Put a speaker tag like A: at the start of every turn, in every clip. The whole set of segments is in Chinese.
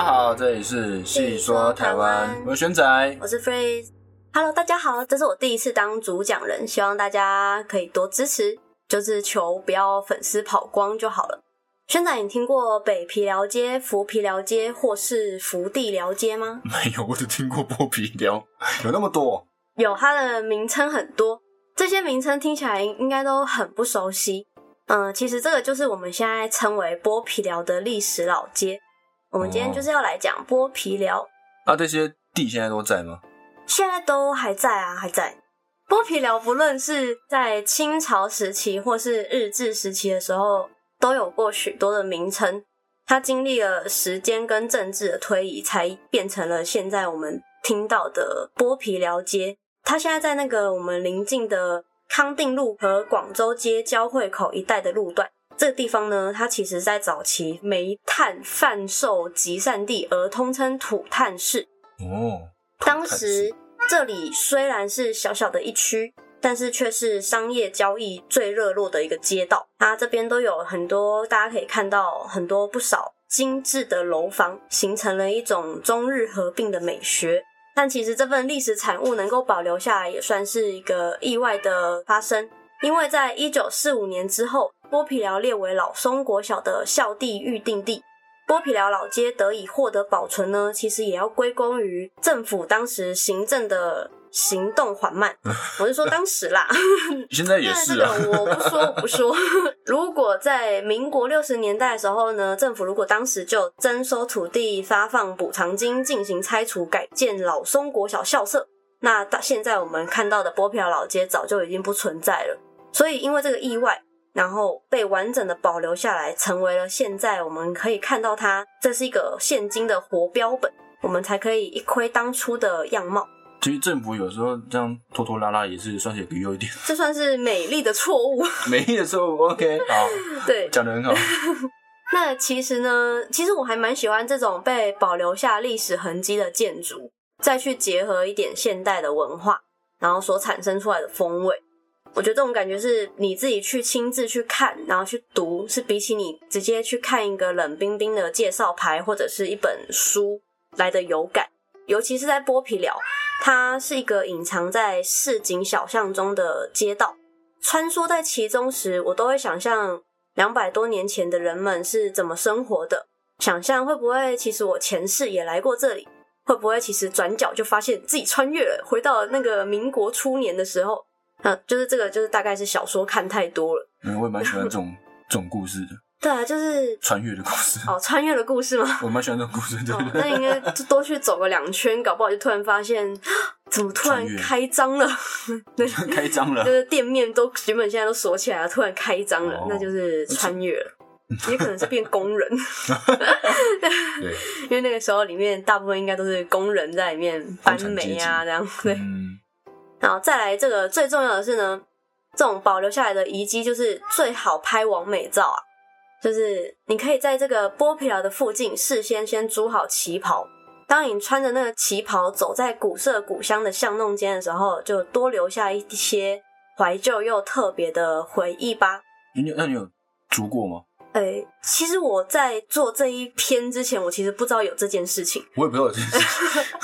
A: 好，这里是细说台湾，我是轩仔。
B: 我是 Freeze。Hello，大家好，这是我第一次当主讲人，希望大家可以多支持，就是求不要粉丝跑光就好了。轩仔，你听过北皮寮街、福皮寮街或是福地寮街吗？
A: 没有，我只听过剥皮寮， 有那么多？
B: 有，它的名称很多，这些名称听起来应该都很不熟悉。嗯、其实这个就是我们现在称为剥皮寮的历史老街。我们今天就是要来讲剥皮寮，
A: 啊，这些地现在都在吗？
B: 现在都还在啊，还在。剥皮寮不论是在清朝时期或是日治时期的时候，都有过许多的名称。它经历了时间跟政治的推移，才变成了现在我们听到的剥皮寮街。它现在在那个我们邻近的康定路和广州街交汇口一带的路段。这个地方呢，它其实在早期煤炭贩售集散地，而通称土炭市。
A: 哦，
B: 当时这里虽然是小小的一区，但是却是商业交易最热络的一个街道。它这边都有很多，大家可以看到很多不少精致的楼房，形成了一种中日合并的美学。但其实这份历史产物能够保留下来，也算是一个意外的发生。因为在一九四五年之后，剥皮寮列为老松国小的校地预定地，剥皮寮老街得以获得保存呢，其实也要归功于政府当时行政的行动缓慢。我是说当时啦，
A: 现在也是啊。
B: 那这个我不说，我不说。 如果在民国六十年代的时候呢，政府如果当时就征收土地、发放补偿金进行拆除改建老松国小校舍，那到现在我们看到的剥皮寮老街早就已经不存在了。所以因为这个意外，然后被完整的保留下来，成为了现在我们可以看到它，这是一个现今的活标本，我们才可以一窥当初的样貌。
A: 其实政府有时候这样拖拖拉拉也是算是有个优点。
B: 这算是美丽的错误，
A: 没的时候 OK，好，
B: 对。
A: 讲的很好。
B: 那其实呢，其实我还蛮喜欢这种被保留下历史痕迹的建筑，再去结合一点现代的文化，然后所产生出来的风味。我觉得这种感觉是你自己去亲自去看，然后去读，是比起你直接去看一个冷冰冰的介绍牌或者是一本书来的有感。尤其是在剥皮寮，它是一个隐藏在市井小巷中的街道，穿梭在其中时，我都会想象两百多年前的人们是怎么生活的，想象会不会其实我前世也来过这里，会不会其实转角就发现自己穿越了，回到那个民国初年的时候，嗯、就是这个就是大概是小说看太多了，
A: 嗯，我也蛮喜欢这种这种故事的，
B: 对啊，就是
A: 穿越的故事，
B: 哦穿越的故事吗？
A: 我蛮喜欢这种故事的
B: 哦，。那应该就多去走个两圈，搞不好就突然发现， 怎么突然
A: 穿越
B: 开张了？对，
A: 开张了
B: 就，是店面都原本现在都锁起来了，突然开张了，
A: 哦
B: 那就是穿越了，也可能是变工人，
A: 对，
B: 因为那个时候里面大部分应该都是工人在里面搬煤啊，这样对。
A: 嗯，
B: 然后再来这个最重要的是呢，这种保留下来的遗迹就是最好拍完美照啊，就是你可以在这个剥皮寮的附近事先先租好旗袍。当你穿着那个旗袍走在古色古香的巷弄间的时候，就多留下一些怀旧又特别的回忆吧。
A: 你有那你有租过吗？
B: 哎、其实我在做这一篇之前，我其实不知道有这件事情。
A: 我也不知道有这件事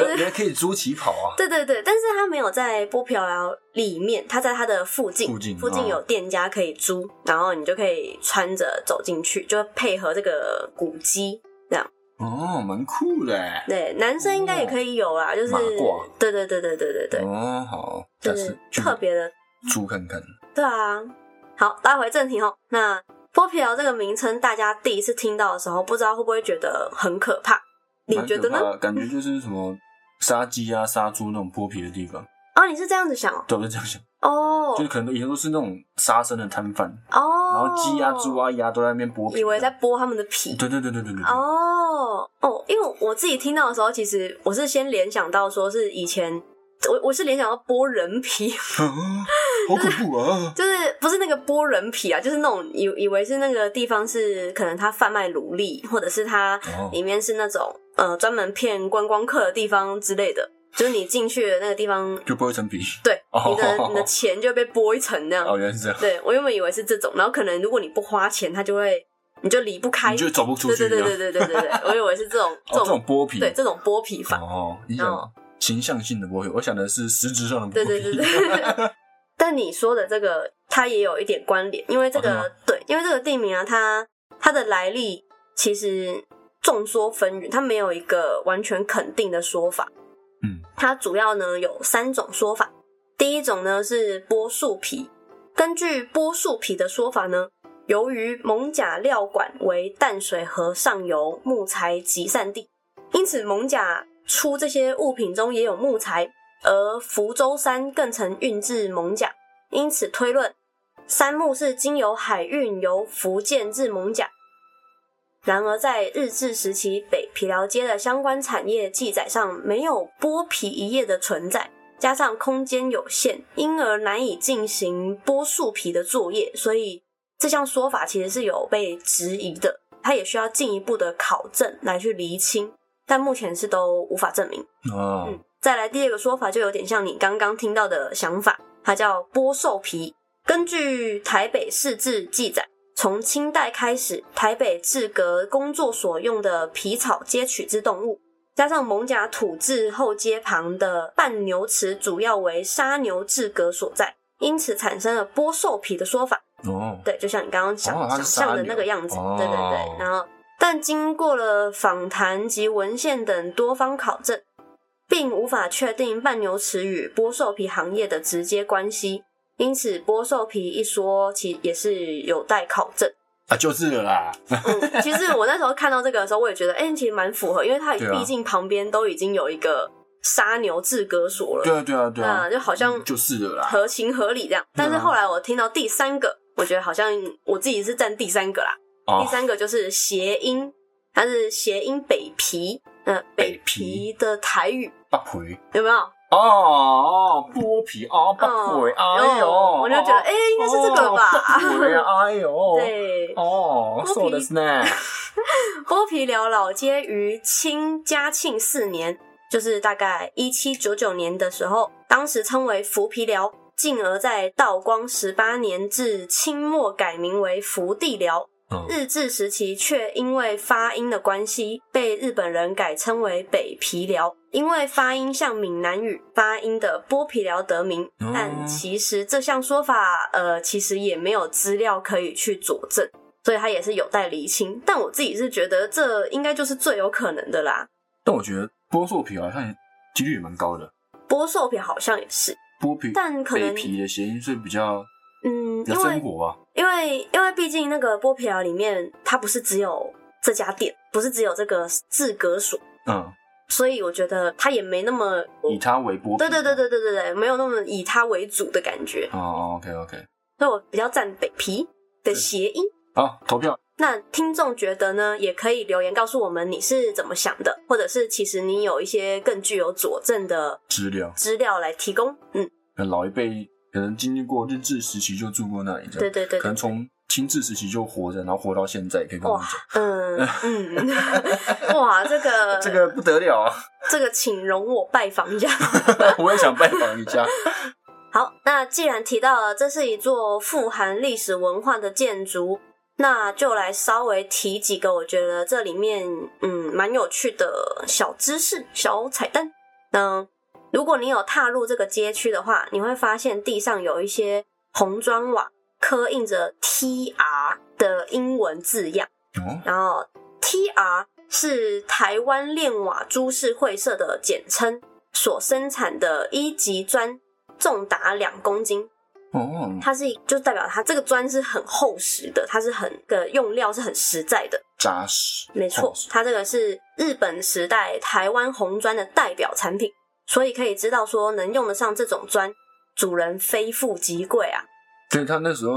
A: 原原来可以租旗袍啊！
B: 对对对，但是他没有在剥皮寮里面，他在他的附近，
A: 附近哦
B: 有店家可以租，然后你就可以穿着走进去，就配合这个古迹。
A: 哦，蛮酷的欸。
B: 对，男生应该也可以有啦，就是
A: 马褂
B: 对对对对对对对，
A: 哦，好，下
B: 就
A: 次
B: 是
A: 去
B: 特别的，
A: 租看看。
B: 对啊。好，拉回正题哦。那剥皮寮这个名称，大家第一次听到的时候，不知道会不会觉得很可怕？你
A: 蛮
B: 觉
A: 可
B: 得
A: 怕
B: 呢？
A: 的？感觉就是什么杀鸡啊、杀猪那种剥皮的地方，
B: 哦，你是这样子想哦
A: 对，我是这样想，
B: 哦
A: 就是可能以前都是那种杀生的摊贩，
B: 哦，
A: 然后鸡啊、猪，啊、鸭都在那边剥皮，
B: 以为在剥他们的皮，
A: 对对对对对对，对
B: 哦哦，因为我自己听到的时候，其实我是先联想到说是以前。我我是联想到剥人皮，
A: 啊 好恐怖啊！
B: 就是不是那个剥人皮啊，就是那种以以为是那个地方是可能他贩卖奴隶，或者是他
A: 哦
B: 里面是那种呃专门骗观光客的地方之类的，就是你进去的那个地方，
A: 就剥一层 皮，
B: 对，
A: 哦
B: 你的你的钱就被剥一层那 样。
A: 哦，原来是这样，
B: 对我原本以为是这种，然后可能如果你不花钱，他就会你就离不开，
A: 你就走不出去
B: 对对
A: 一样。
B: 对对对对对，我以为是这种
A: 哦，这种剥皮，
B: 对这种剥皮法，
A: 哦，你
B: 哦
A: 想形象性的剥皮，我想的是实质上的剥皮。
B: 对对 对对。但你说的这个，它也有一点关联，因为这个、
A: 哦
B: 对，因为这个地名啊，它它的来历其实众说纷纭，它没有一个完全肯定的说法。
A: 嗯，
B: 它主要呢有三种说法。第一种呢是剥树皮，根据剥树皮的说法呢，由于蒙甲料管为淡水河上游木材集散地，因此蒙甲出这些物品中也有木材，而福州山更曾运至蒙甲，因此推论杉木是经由海运由福建至蒙甲。然而，在日治时期北皮寮街的相关产业记载上，没有剥皮一页的存在，加上空间有限，因而难以进行剥树皮的作业，所以这项说法其实是有被质疑的，它也需要进一步的考证来去厘清，但目前是都无法证明。
A: 哦，
B: 嗯，再来第二个说法就有点像你刚刚听到的想法，它叫剥兽皮。根据台北市志记载，从清代开始，台北制革工作所用的皮草皆取之动物，加上蒙甲土质后街旁的半牛池主要为杀牛制革所在，因此产生了剥兽皮的说法。
A: 哦，
B: 对，就像你刚刚想、
A: 哦它
B: 想
A: 是
B: 象的
A: 鲨
B: 那个
A: 鱼
B: 样子，
A: 哦
B: 对对对。然后，但经过了访谈及文献等多方考证，并无法确定半牛池与剥兽皮行业的直接关系，因此剥兽皮一说其也是有待考证。
A: 啊，就是了啦。
B: 嗯，其实我那时候看到这个的时候，我也觉得，哎、其实蛮符合，因为它
A: 对啊
B: 毕竟旁边都已经有一个杀牛制革所了，
A: 对啊，对啊，对啊
B: 嗯那，就好像
A: 就是了啦。
B: 合情合理这样。但是
A: 嗯
B: 后来我听到第三个，我觉得好像我自己是占第三个啦。
A: 哦
B: 第，三个就是谐音，它是谐音北皮，呃，
A: 北
B: 北皮的台语
A: 八魁
B: 有没有？
A: 哦哦，剥皮哦，八魁，哎呦，
B: 嗯
A: 哦
B: 我就觉得，哎、应该是这个了吧？
A: 八魁， 哎呦，，
B: 对，
A: 哦，
B: 剥皮
A: そうですね。
B: 剥皮寮老街于清嘉庆四年，就是大概一七九九年的时候，当时称为福皮寮，进而在道光十八年至清末改名为福地寮。
A: 嗯
B: 日治时期却因为发音的关系，被日本人改称为北皮寮，因为发音像闽南语发音的剥皮寮得名。
A: 嗯
B: 但其实这项说法，呃，其实也没有资料可以去佐证，所以它也是有待厘清。但我自己是觉得这应该就是最有可能的啦。
A: 但我觉得剥兽皮好像几率也蛮高的，
B: 剥兽皮好像也是，
A: 剥皮
B: 但可
A: 北
B: 能
A: 皮的谐音是比较
B: 嗯，
A: 比较
B: 因
A: 生
B: 为
A: 活啊。
B: 因为因为毕竟那个剥皮寮里面，它不是只有这家店，不是只有这个制革所。
A: 嗯，
B: 所以我觉得它也没那么，
A: 以它为剥皮。
B: 对对对。对对对对，没有那么以它为主的感觉，
A: 哦，OK OK，
B: 所以我比较占北皮的谐音。
A: 好，投票。
B: 那听众觉得呢，也可以留言告诉我们你是怎么想的，或者是其实你有一些更具有佐证的
A: 资料，
B: 资料来提供。嗯，
A: 可能老一辈可能经历过日治时期就住过那里，这样
B: 对对对
A: 可
B: 对
A: 能，从清治时期就活着，然后活到现在，可以跟我
B: 哇
A: 们讲，
B: 嗯嗯， 哇，这个
A: 这个不得了啊！
B: 这个，请容我拜访一下。
A: 我也想拜访一下。
B: 好，那既然提到了这是一座富含历史文化的建筑，那就来稍微提几个我觉得这里面嗯蛮有趣的小知识、小彩蛋。嗯，如果你有踏入这个街区的话，你会发现地上有一些红砖瓦刻印着 TR 的英文字样。
A: 哦，
B: 然后 TR 是台湾炼瓦株式会社的简称，所生产的一级砖重达两公斤，
A: 哦，
B: 它是就代表它这个砖是很厚实的，它是很个用料是很实在的，
A: 扎实，
B: 没错
A: 厚实，
B: 它这个是日本时代台湾红砖的代表产品，所以可以知道说能用得上这种砖，主人非富即贵啊。
A: 所以他那时候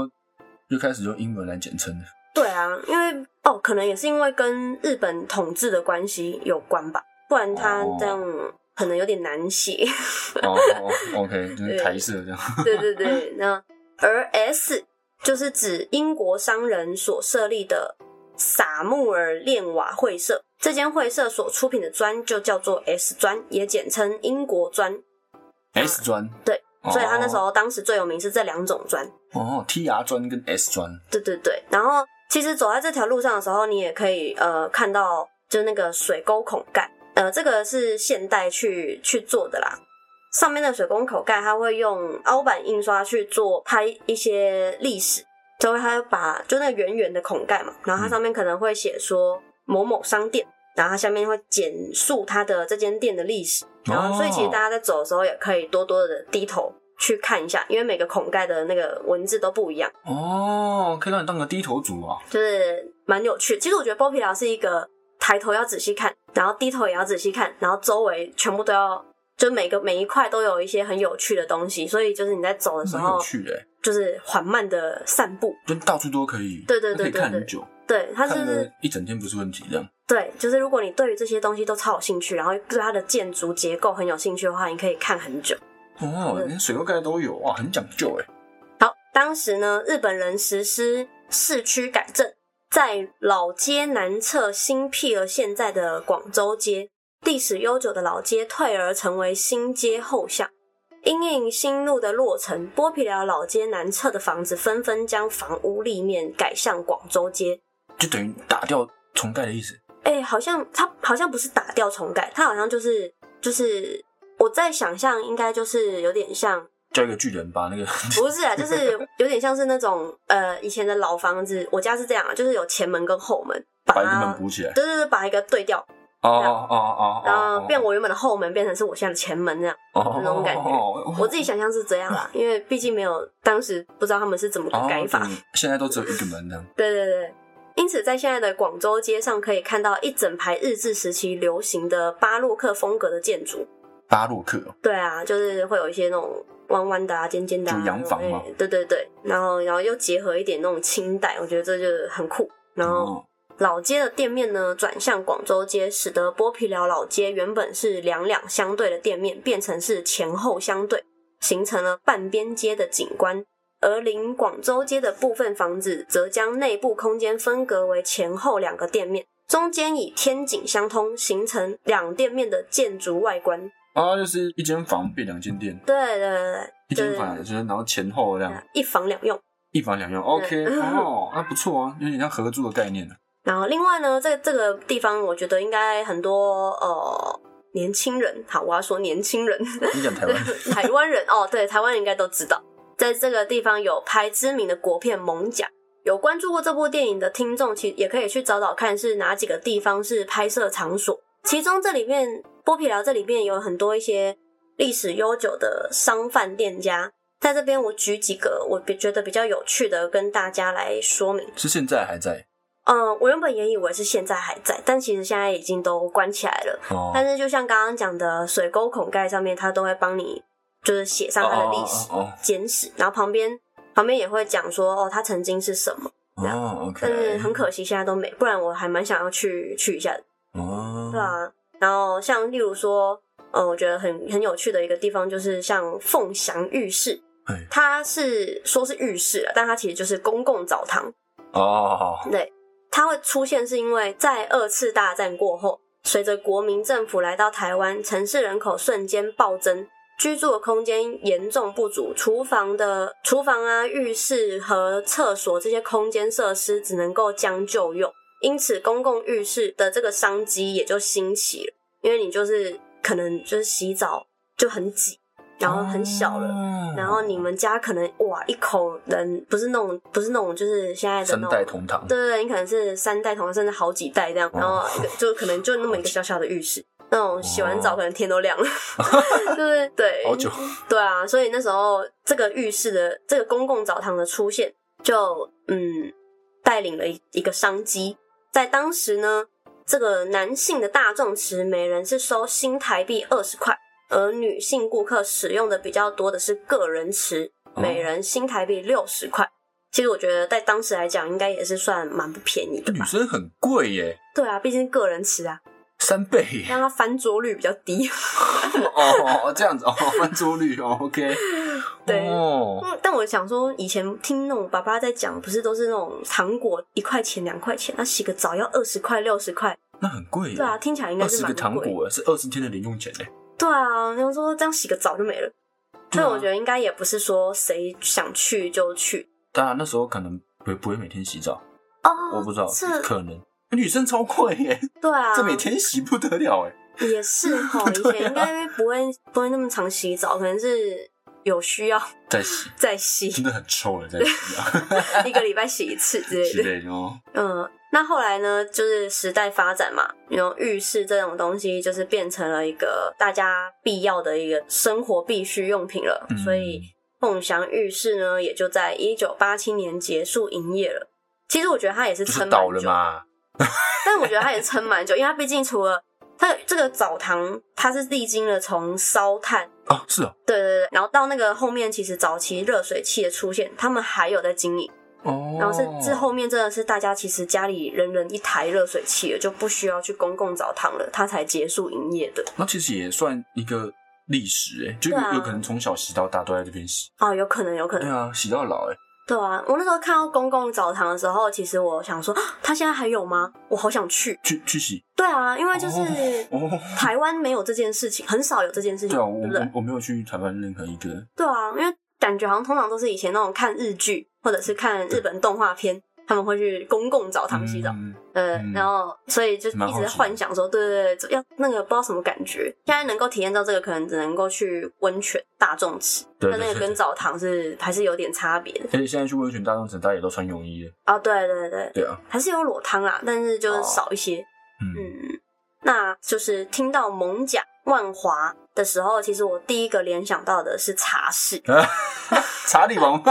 A: 就开始用英文来简称的。
B: 对啊，因为哦，可能也是因为跟日本统治的关系有关吧，不然他
A: 哦
B: 这样可能有点难写。
A: 哦哦，OK，就是台式的这样。
B: 对对对，那而 S 就是指英国商人所设立的撒穆尔炼瓦会社，这间会社所出品的砖就叫做 S 砖，也简称英国砖，
A: S 砖，
B: 嗯对
A: 哦，
B: 所以他那时候当时最有名是这两种砖。
A: 哦，T R 砖跟 S 砖，
B: 对对对，然后其实走在这条路上的时候，你也可以呃看到，就是那个水沟孔盖，呃，这个是现代去去做的啦。上面的水沟口盖，它会用凹版印刷去做拍一些历史，就会它会把就那个圆圆的孔盖嘛，然后它上面可能会写说某某商店，然后它下面会简述它的这间店的历史，然后所以其实大家在走的时候也可以多多的低头去看一下，因为每个孔盖的那个文字都不一样。
A: 哦，可以让你当个低头族啊。
B: 就是蛮有趣。其实我觉得剥皮寮是一个抬头要仔细看，然后低头也要仔细看，然后周围全部都要，就每个每一块都有一些很有趣的东西。所以就是你在走的时
A: 蛮
B: 候
A: 有，趣的欸，
B: 就是缓慢的散步。
A: 就到处都可以，
B: 对对
A: 可
B: 对
A: 以看
B: 对
A: 很
B: 对
A: 久，
B: 对，它就
A: 看
B: 是
A: 了一整天不是问题，这样
B: 对，就是如果你对于这些东西都超有兴趣，然后对它的建筑结构很有兴趣的话，你可以看很久。
A: 哦，
B: 嗯
A: 连水沟盖都有哇，很讲究哎。
B: 好，当时呢，日本人实施市区改正，在老街南侧新辟了现在的广州街。历史悠久的老街退而成为新街后巷。因应新路的落成，剥皮寮老街南侧的房子纷纷将房屋立面改向广州街。
A: 就等于打掉重盖的意思。
B: 哎、好像它好像不是打掉重改，它好像就是就是我在想象，应该就是有点像
A: 叫一个巨人把那个
B: 不是啊，就是有点像是那种呃以前的老房子，我家是这样啊，就是有前门跟后门，把
A: 把一个
B: 它
A: 门补起来。
B: 对对对，把一个对掉，
A: 哦哦哦哦，
B: 然后变我原本的后门变成是我现在的前门这样，那种感觉
A: 哦
B: 我自己想象是这样啦，因为毕竟没有当时不知道他们是怎么个改法，
A: 现在都只有一个门这样。
B: 对对对。因此，在现在的广州街上，可以看到一整排日治时期流行的巴洛克风格的建筑。
A: 巴洛克哦
B: 对啊，就是会有一些那种弯弯的啊、尖尖的、啊，
A: 就洋房嘛
B: 哎对对对，然后然后又结合一点那种清代，我觉得这就很酷。然后
A: 哦
B: 老街的店面呢，转向广州街，使得剥皮寮老街原本是两两相对的店面，变成是前后相对，形成了半边街的景观。而临广州街的部分房子，则将内部空间分隔为前后两个店面，中间以天井相通，形成两店面的建筑外观。
A: 啊，就是一间房变两间店，
B: 对对对
A: 一
B: 对，
A: 间
B: 对，
A: 房就是然后前后这样
B: 一房两用。
A: 一房两用。OK 哦，那不错啊，有点像合租的概念了。
B: 然后另外呢，这这个地方我觉得应该很多呃年轻人，好，我要说年轻人，
A: 你讲台湾
B: 台湾人哦，对，台湾人应该都知道，在这个地方有拍知名的国片《猛甲》。有关注过这部电影的听众，其实也可以去找找看是哪几个地方是拍摄场所。其中这里面剥皮寮这里面有很多一些历史悠久的商贩店家，在这边我举几个我比觉得比较有趣的跟大家来说明。
A: 是现在还在
B: 嗯，我原本也以为是现在还在，但其实现在已经都关起来了。
A: 哦。
B: 但是就像刚刚讲的，水沟孔盖上面它都会帮你就是写上它的历史
A: 哦哦
B: 简史，然后旁边旁边也会讲说哦，它曾经是什么。
A: 哦哦
B: 但是
A: ，OK，
B: 很可惜现在都没，不然我还蛮想要去去一下的。
A: 哦，
B: 对啊，然后像例如说，呃，我觉得很很有趣的一个地方就是像凤翔浴室
A: 哎，
B: 它是说是浴室啊，但它其实就是公共澡堂。
A: 哦，
B: 对，它会出现是因为在二次大战过后，随着国民政府来到台湾，城市人口瞬间暴增，居住的空间严重不足，厨房的厨房啊、浴室和厕所这些空间设施只能够将就用，因此公共浴室的这个商机也就兴起了，因为你就是可能就是洗澡就很挤，然后很小了。
A: 了
B: 然后你们家可能哇一口人不是那种不是那种就是现在的
A: 三
B: 那种
A: 代同堂，
B: 对对对，你可能是三代同堂，甚至好几代这样，
A: 哦
B: 然后一个就可能就那么一个小小的浴室，那种洗完澡
A: 哦
B: 可能天都亮了， 就是对，
A: 好久，
B: 对啊，所以那时候这个浴室的这个公共澡堂的出现，就嗯带领了一一个商机，在当时呢，这个男性的大众池每人是收新台币二十块，而女性顾客使用的比较多的是个人池，
A: 哦
B: 每人新台币六十块。其实我觉得在当时来讲，应该也是算蛮不便宜的
A: 女
B: 吧。
A: 生很贵耶，
B: 对啊，毕竟个人池啊，
A: 三倍耶。
B: 让它翻桌率比较低。
A: 哦，这样子哦， 翻桌率哦，OK，
B: 对
A: 哦，
B: 嗯，但我想说，以前听那种爸爸在讲，不是都是那种糖果一块钱、两块钱，那洗个澡要二十块、六十块，
A: 那很贵耶，
B: 对啊，听起来应该
A: 嗯二
B: 是
A: 十
B: 蛮
A: 个糖
B: 贵。
A: 果耶是二十天的零用钱嘞，
B: 对啊，然后说这样洗个澡就没了，所以我觉
A: 得，
B: 得应该也不是说谁想去就去。
A: 啊当然那时候可能不不会每天洗澡，我
B: 哦，
A: 不知道
B: 这，
A: 可能女生超贵耶，
B: 对啊，
A: 这每天洗不得了哎。
B: 也是 哈，以前
A: 对啊
B: 应该不会不会那么常洗澡，可能是有需要
A: 在洗，
B: 再 洗，
A: 真的很臭了，在洗啊
B: 一个礼拜洗一次之类
A: 之
B: 的。
A: 类的哦。
B: 嗯，那后来呢，就是时代发展嘛，然后浴室这种东西就是变成了一个大家必要的一个生活必需用品了，
A: 嗯
B: 所以凤翔浴室呢，也就在一九八七年结束营业了。其实我觉得它也是
A: 就
B: 撑
A: 是
B: 蛮
A: 倒了
B: 久，
A: 嘛，
B: 但我觉得它也撑蛮久，因为它毕竟除了它这个澡堂，它是历经了从烧炭，
A: 哦，是哦，
B: 对对对，然后到那个后面，其实早期热水器的出现，他们还有在经营。
A: 哦，
B: 然后甚至后面真的是大家其实家里人人一台热水器了，就不需要去公共澡堂了，它才结束营业的。
A: 那其实也算一个历史哎、就
B: 对啊
A: 有有可能从小洗到大都在这边洗。
B: 哦，有可能，有可
A: 对
B: 能，
A: 啊，洗到老哎、
B: 对啊。我那时候看到公共澡堂的时候，其实我想说，啊它现在还有吗？我好想去。
A: 去去洗
B: 对啊，因为就是、
A: 哦。
B: 台湾没有这件事情，很少有这件事情，
A: 对啊，我
B: 对不对
A: 我？我没有去台湾任何一个，
B: 对啊，因为感觉好像通常都是以前那种看日剧或者是看日本动画片，他们会去公共澡堂洗澡。
A: 嗯
B: 呃，
A: 嗯
B: 然后所以就
A: 蛮
B: 一
A: 好
B: 直
A: 奇
B: 在
A: 的
B: 幻想说，对对对，要那个不知道什么感觉。现在能够体验到这个，可能只能够去温泉大众池，
A: 对
B: 但那个
A: 对
B: 跟澡堂是还是有点差别的
A: 而且现在去温泉大众城，大家也都穿泳衣了。
B: 啊、对对对，
A: 对啊，
B: 还是有裸汤啦，但是就是少一些。
A: 哦嗯，
B: 嗯，那就是听到蒙甲万华的时候，其实我第一个联想到的是茶室，
A: 啊查理王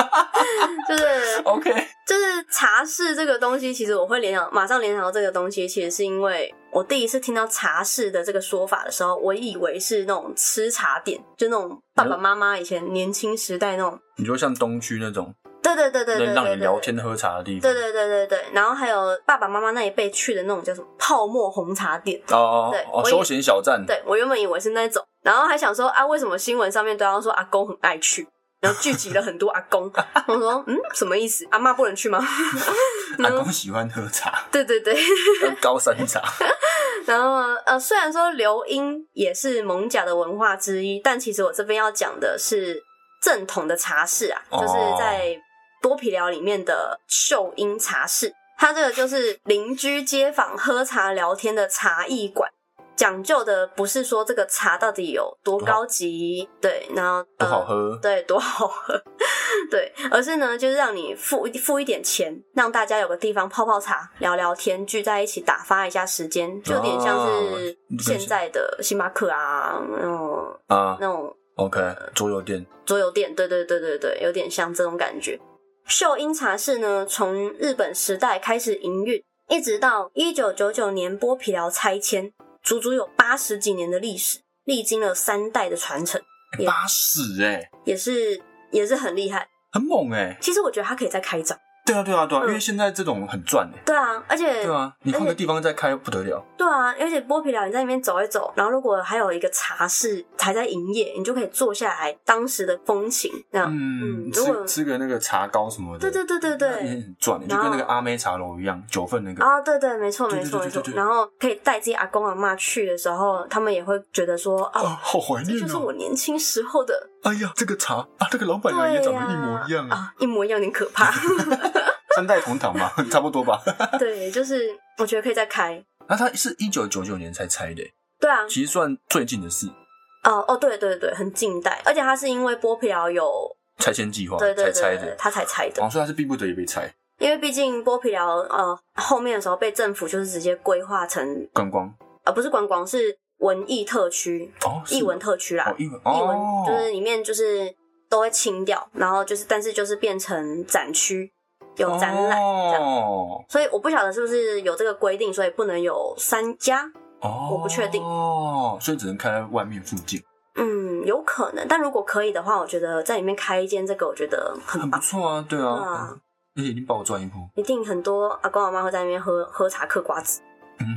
B: 就是
A: ，OK，
B: 就是茶室这个东西，其实我会联想，马上联想到这个东西，其实是因为我第一次听到茶室的这个说法的时候，我以为是那种吃茶店，就那种爸爸妈妈以前年轻时代那种，
A: 你就像东区那种
B: 对对对对对
A: 能
B: 对，
A: 让你
B: 对
A: 聊天。喝茶的地方。
B: 对对对对对，然后还有爸爸妈妈那一辈去的那种叫什么泡沫红茶店，
A: 哦
B: 对
A: 哦哦，
B: 我也
A: 休闲小站。
B: 对我原本以为是那种，然后还想说啊，为什么新闻上面都要说阿公很爱去，然后聚集了很多阿公，我说嗯，什么意思？阿妈不能去吗？
A: 阿
B: 嗯
A: 公喜欢喝茶，
B: 对对对，
A: 喝高山茶。
B: 嗯然后呃，虽然说留音也是蒙甲的文化之一，但其实我这边要讲的是正统的茶室啊，
A: 哦
B: 就是在多皮寮里面的秀英茶室，它这个就是邻居街坊喝茶聊天的茶艺馆。讲究的不是说这个茶到底有多高级，对，然后
A: 不
B: 呃
A: 好喝，
B: 对，多好喝， 对，而是呢，就是让你付付一点钱，让大家有个地方泡泡茶、聊聊天，聚在一起打发一下时间，就有点像是
A: 哦
B: 现在的星巴克啊，那种
A: 啊
B: 那种
A: ，OK，桌游店，
B: 桌游店，对对对对对，有点像这种感觉。秀英茶室呢，从日本时代开始营运，一直到一九九九年剥皮寮拆迁，足足有八十几年的历史，历经了三代的传承，也
A: 八十哎，
B: 也是也是很厉害。
A: 很猛哎。
B: 其实我觉得它可以再开张。
A: 对啊对啊对啊，
B: 嗯
A: 因为现在这种很赚哎。
B: 对啊，而且
A: 对啊，你换个地方再开不得了。
B: 对啊而且剥皮寮你在那边走一走，然后如果还有一个茶室还在营业，你就可以坐下来当时的风情那样。嗯
A: 嗯，
B: 如果
A: 吃吃个那个茶糕什么的，
B: 对对对对
A: 那也
B: 对。
A: 很赚欸，就
B: 然后
A: 跟那个阿妹茶楼一样，九份那个。
B: 啊、对对，没错
A: 对
B: 没
A: 对
B: 错没
A: 对对
B: 错
A: 对。对
B: 然后可以带自己阿公阿妈去的时候，他们也会觉得说，
A: 啊，
B: 啊，
A: 好怀
B: 这
A: 念
B: 就是
A: 哦！
B: 我年轻时候的，
A: 哎呀，这个茶啊，这个老板娘也
B: 对
A: 长
B: 呀、
A: 得一模一样啊，
B: 啊，一模一样，有点可怕。
A: 三代同堂嘛， 差不多吧。
B: 对，就是我觉得可以再开。
A: 那它是一九九九年才拆的欸，
B: 对啊，
A: 其实算最近的事，
B: 哦哦，对对对，很近代，而且它是因为剥皮寮有，
A: 拆迁计划
B: 对对
A: 哦才
B: 对
A: 拆
B: 对
A: 的
B: 对，。它才拆的。
A: 哦，所以它是逼不得已被拆，
B: 因为毕竟剥皮寮呃后面的时候被政府就是直接规划成
A: 观光
B: 呃不是观光是文艺特区、
A: 哦，是
B: 艺文特区啦
A: 哦，，艺文
B: 艺文
A: 哦，
B: 就是里面就是都会清掉，然后就是但是就是变成展区有展览这样。
A: 哦
B: 所以我不晓得是不是有这个规定，所以不能有三家，
A: 哦，
B: 我不确定
A: 哦，所以只能开在外面附近，
B: 嗯，有可能。但如果可以的话，我觉得在里面开一间这个，我觉得很
A: 很不
B: 棒，
A: 错啊，对
B: 对
A: 啊
B: 啊，
A: 嗯而且已经把我赚一波，
B: 一定很多阿公阿妈会在那边喝喝茶嗑瓜子。
A: 嗯，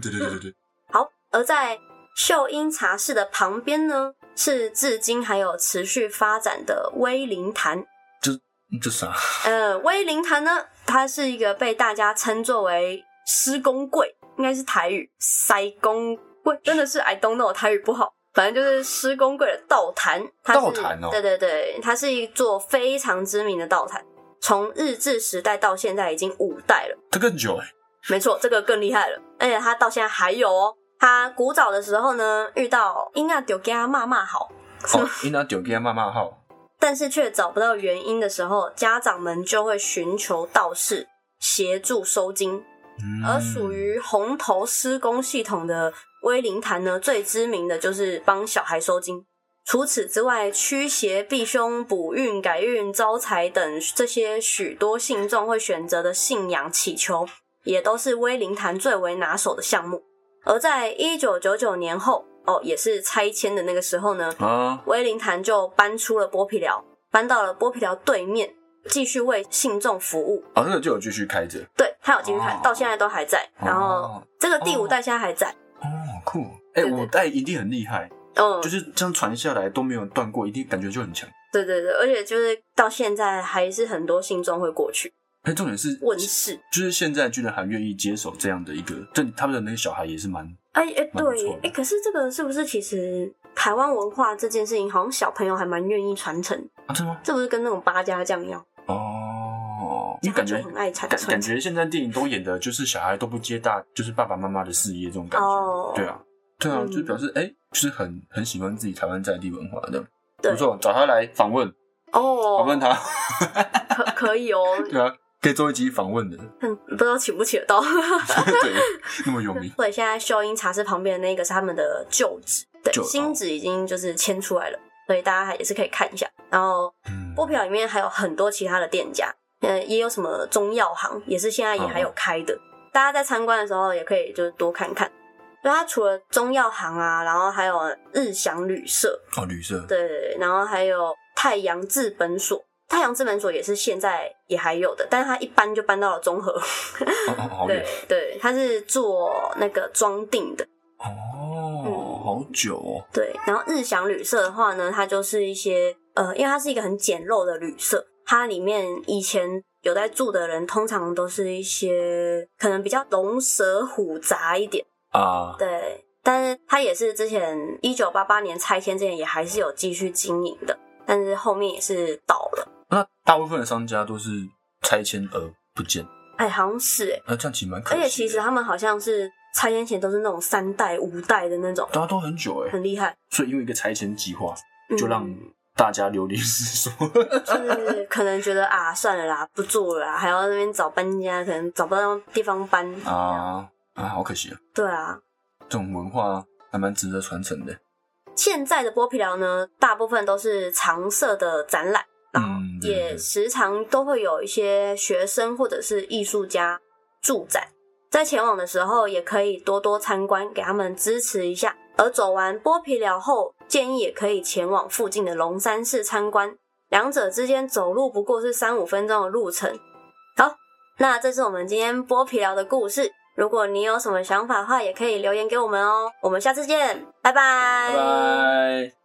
A: 对对对对对，
B: 好，而在秀英茶室的旁边呢，是至今还有持续发展的威灵坛。
A: 嗯这啥？
B: 呃，威灵坛呢，它是一个被大家称作为施工柜，应该是台语塞工柜，真的是 I don't know 台语不好。反正就是施工柜的道坛，它是
A: 道坛哦
B: 对对对，它是一座非常知名的道坛，从日治时代到现在已经五代了。
A: 这更久哎、
B: 没错，这个更厉害了，而且他到现在还有哦。他古早的时候呢，遇到英娜丢给他骂骂好，
A: 哦，因为丢给他妈妈号，
B: 但是却找不到原因的时候，家长们就会寻求道士协助收经。
A: 嗯
B: 而属于红头施工系统的威灵坛呢，最知名的就是帮小孩收金。除此之外，驱邪避凶、补运、改运、招财等这些许多信众会选择的信仰祈求，也都是威灵坛最为拿手的项目。而在一九九九年后，哦，也是拆迁的那个时候呢，
A: 啊，
B: 威灵坛就搬出了剥皮寮，搬到了剥皮寮对面，继续为信众服务。
A: 哦，这个就有继续开着，
B: 对，他有继续看，
A: 哦
B: 到现在都还在。然后
A: 哦
B: 这个第五代现在还在，
A: 哦，好酷哦，哎、
B: 对对
A: 五代一定很厉害，
B: 嗯
A: 就，是这样传下来都没有断过，一定感觉就很强。
B: 对对对，而且就是到现在还是很多信众会过去
A: 哎、重点是
B: 问世。
A: 就是现在居然还愿意接手这样的一个，但他们的那个小孩也是蛮
B: 哎哎，
A: 蛮不
B: 对
A: 错
B: 耶
A: 的，
B: 哎，可是这个是不是其实台湾文化这件事情，好像小朋友还蛮愿意传承，
A: 啊，真的吗？
B: 这不是跟那种八家将一样，
A: 哦，因
B: 家
A: 为感
B: 就
A: 觉
B: 很爱传
A: 感
B: 传
A: 感
B: 承。
A: 觉现在电影都演的就是小孩都不接大，就是爸爸妈妈的事业这种感觉，
B: 哦
A: 对啊，对啊，
B: 嗯
A: 就表示哎、就是很很喜欢自己台湾在地文化的，
B: 对
A: 不错，找他来访问，访问
B: 哦，
A: 他，
B: 可可以哦，
A: 对啊，可以做一集访问的，
B: 很不知道请不请得到。
A: 对，那么有名，
B: 对，现在秀英茶室旁边的那个是他们的旧址，对，
A: 旧哦
B: 新址已经就是迁出来了，所以大家还也是可以看一下。然后
A: 嗯，
B: 波皮寮里面还有很多其他的店家，呃，也有什么中药行，也是现在也还有开的。大家在参观的时候也可以就是多看看。所以它除了中药行啊，然后还有日祥旅社，
A: 哦，绿色，
B: 对对对，然后还有太阳治本所。太阳治本所也是现在也还有的，但是它一搬就搬到了中和。
A: 哦哦，好
B: 对
A: 远，
B: 对，它是做那个装订的。嗯
A: 哦，好久哦，
B: 对，然后日祥旅社的话呢，它就是一些呃，因为它是一个很简陋的旅社，它里面以前有在住的人，通常都是一些可能比较龙蛇虎杂一点，
A: 啊，
B: 对。但是它也是之前一九八八年拆迁之前也还是有继续经营的，但是后面也是倒了。
A: 那大部分的商家都是拆迁而不见，
B: 哎，好像是哎、
A: 那这样其实蛮可惜
B: 而
A: 的，
B: 且其实他们好像是拆迁前都是那种三代五代的那种，
A: 大家都很久哎、
B: 很厉害。
A: 所以因为一个拆迁计划，
B: 嗯
A: 就让大家流离 失所。
B: 就是可能觉得啊，算了啦，不做了啦，还要在那边找搬家，可能找不到地方搬。
A: 啊啊，好可惜啊！
B: 对啊，
A: 这种文化还蛮值得传承的。
B: 现在的剥皮寮呢，大部分都是常设的展览，然后
A: 嗯对对
B: 也
A: 对
B: 时常都会有一些学生或者是艺术家驻展。在前往的时候，也可以多多参观，给他们支持一下。而走完剥皮寮后，建议也可以前往附近的龙山寺参观，两者之间走路不过是三五分钟的路程。好，那这是我们今天剥皮寮的故事。如果你有什么想法的话，也可以留言给我们哦。我们下次见，拜拜
A: 拜拜。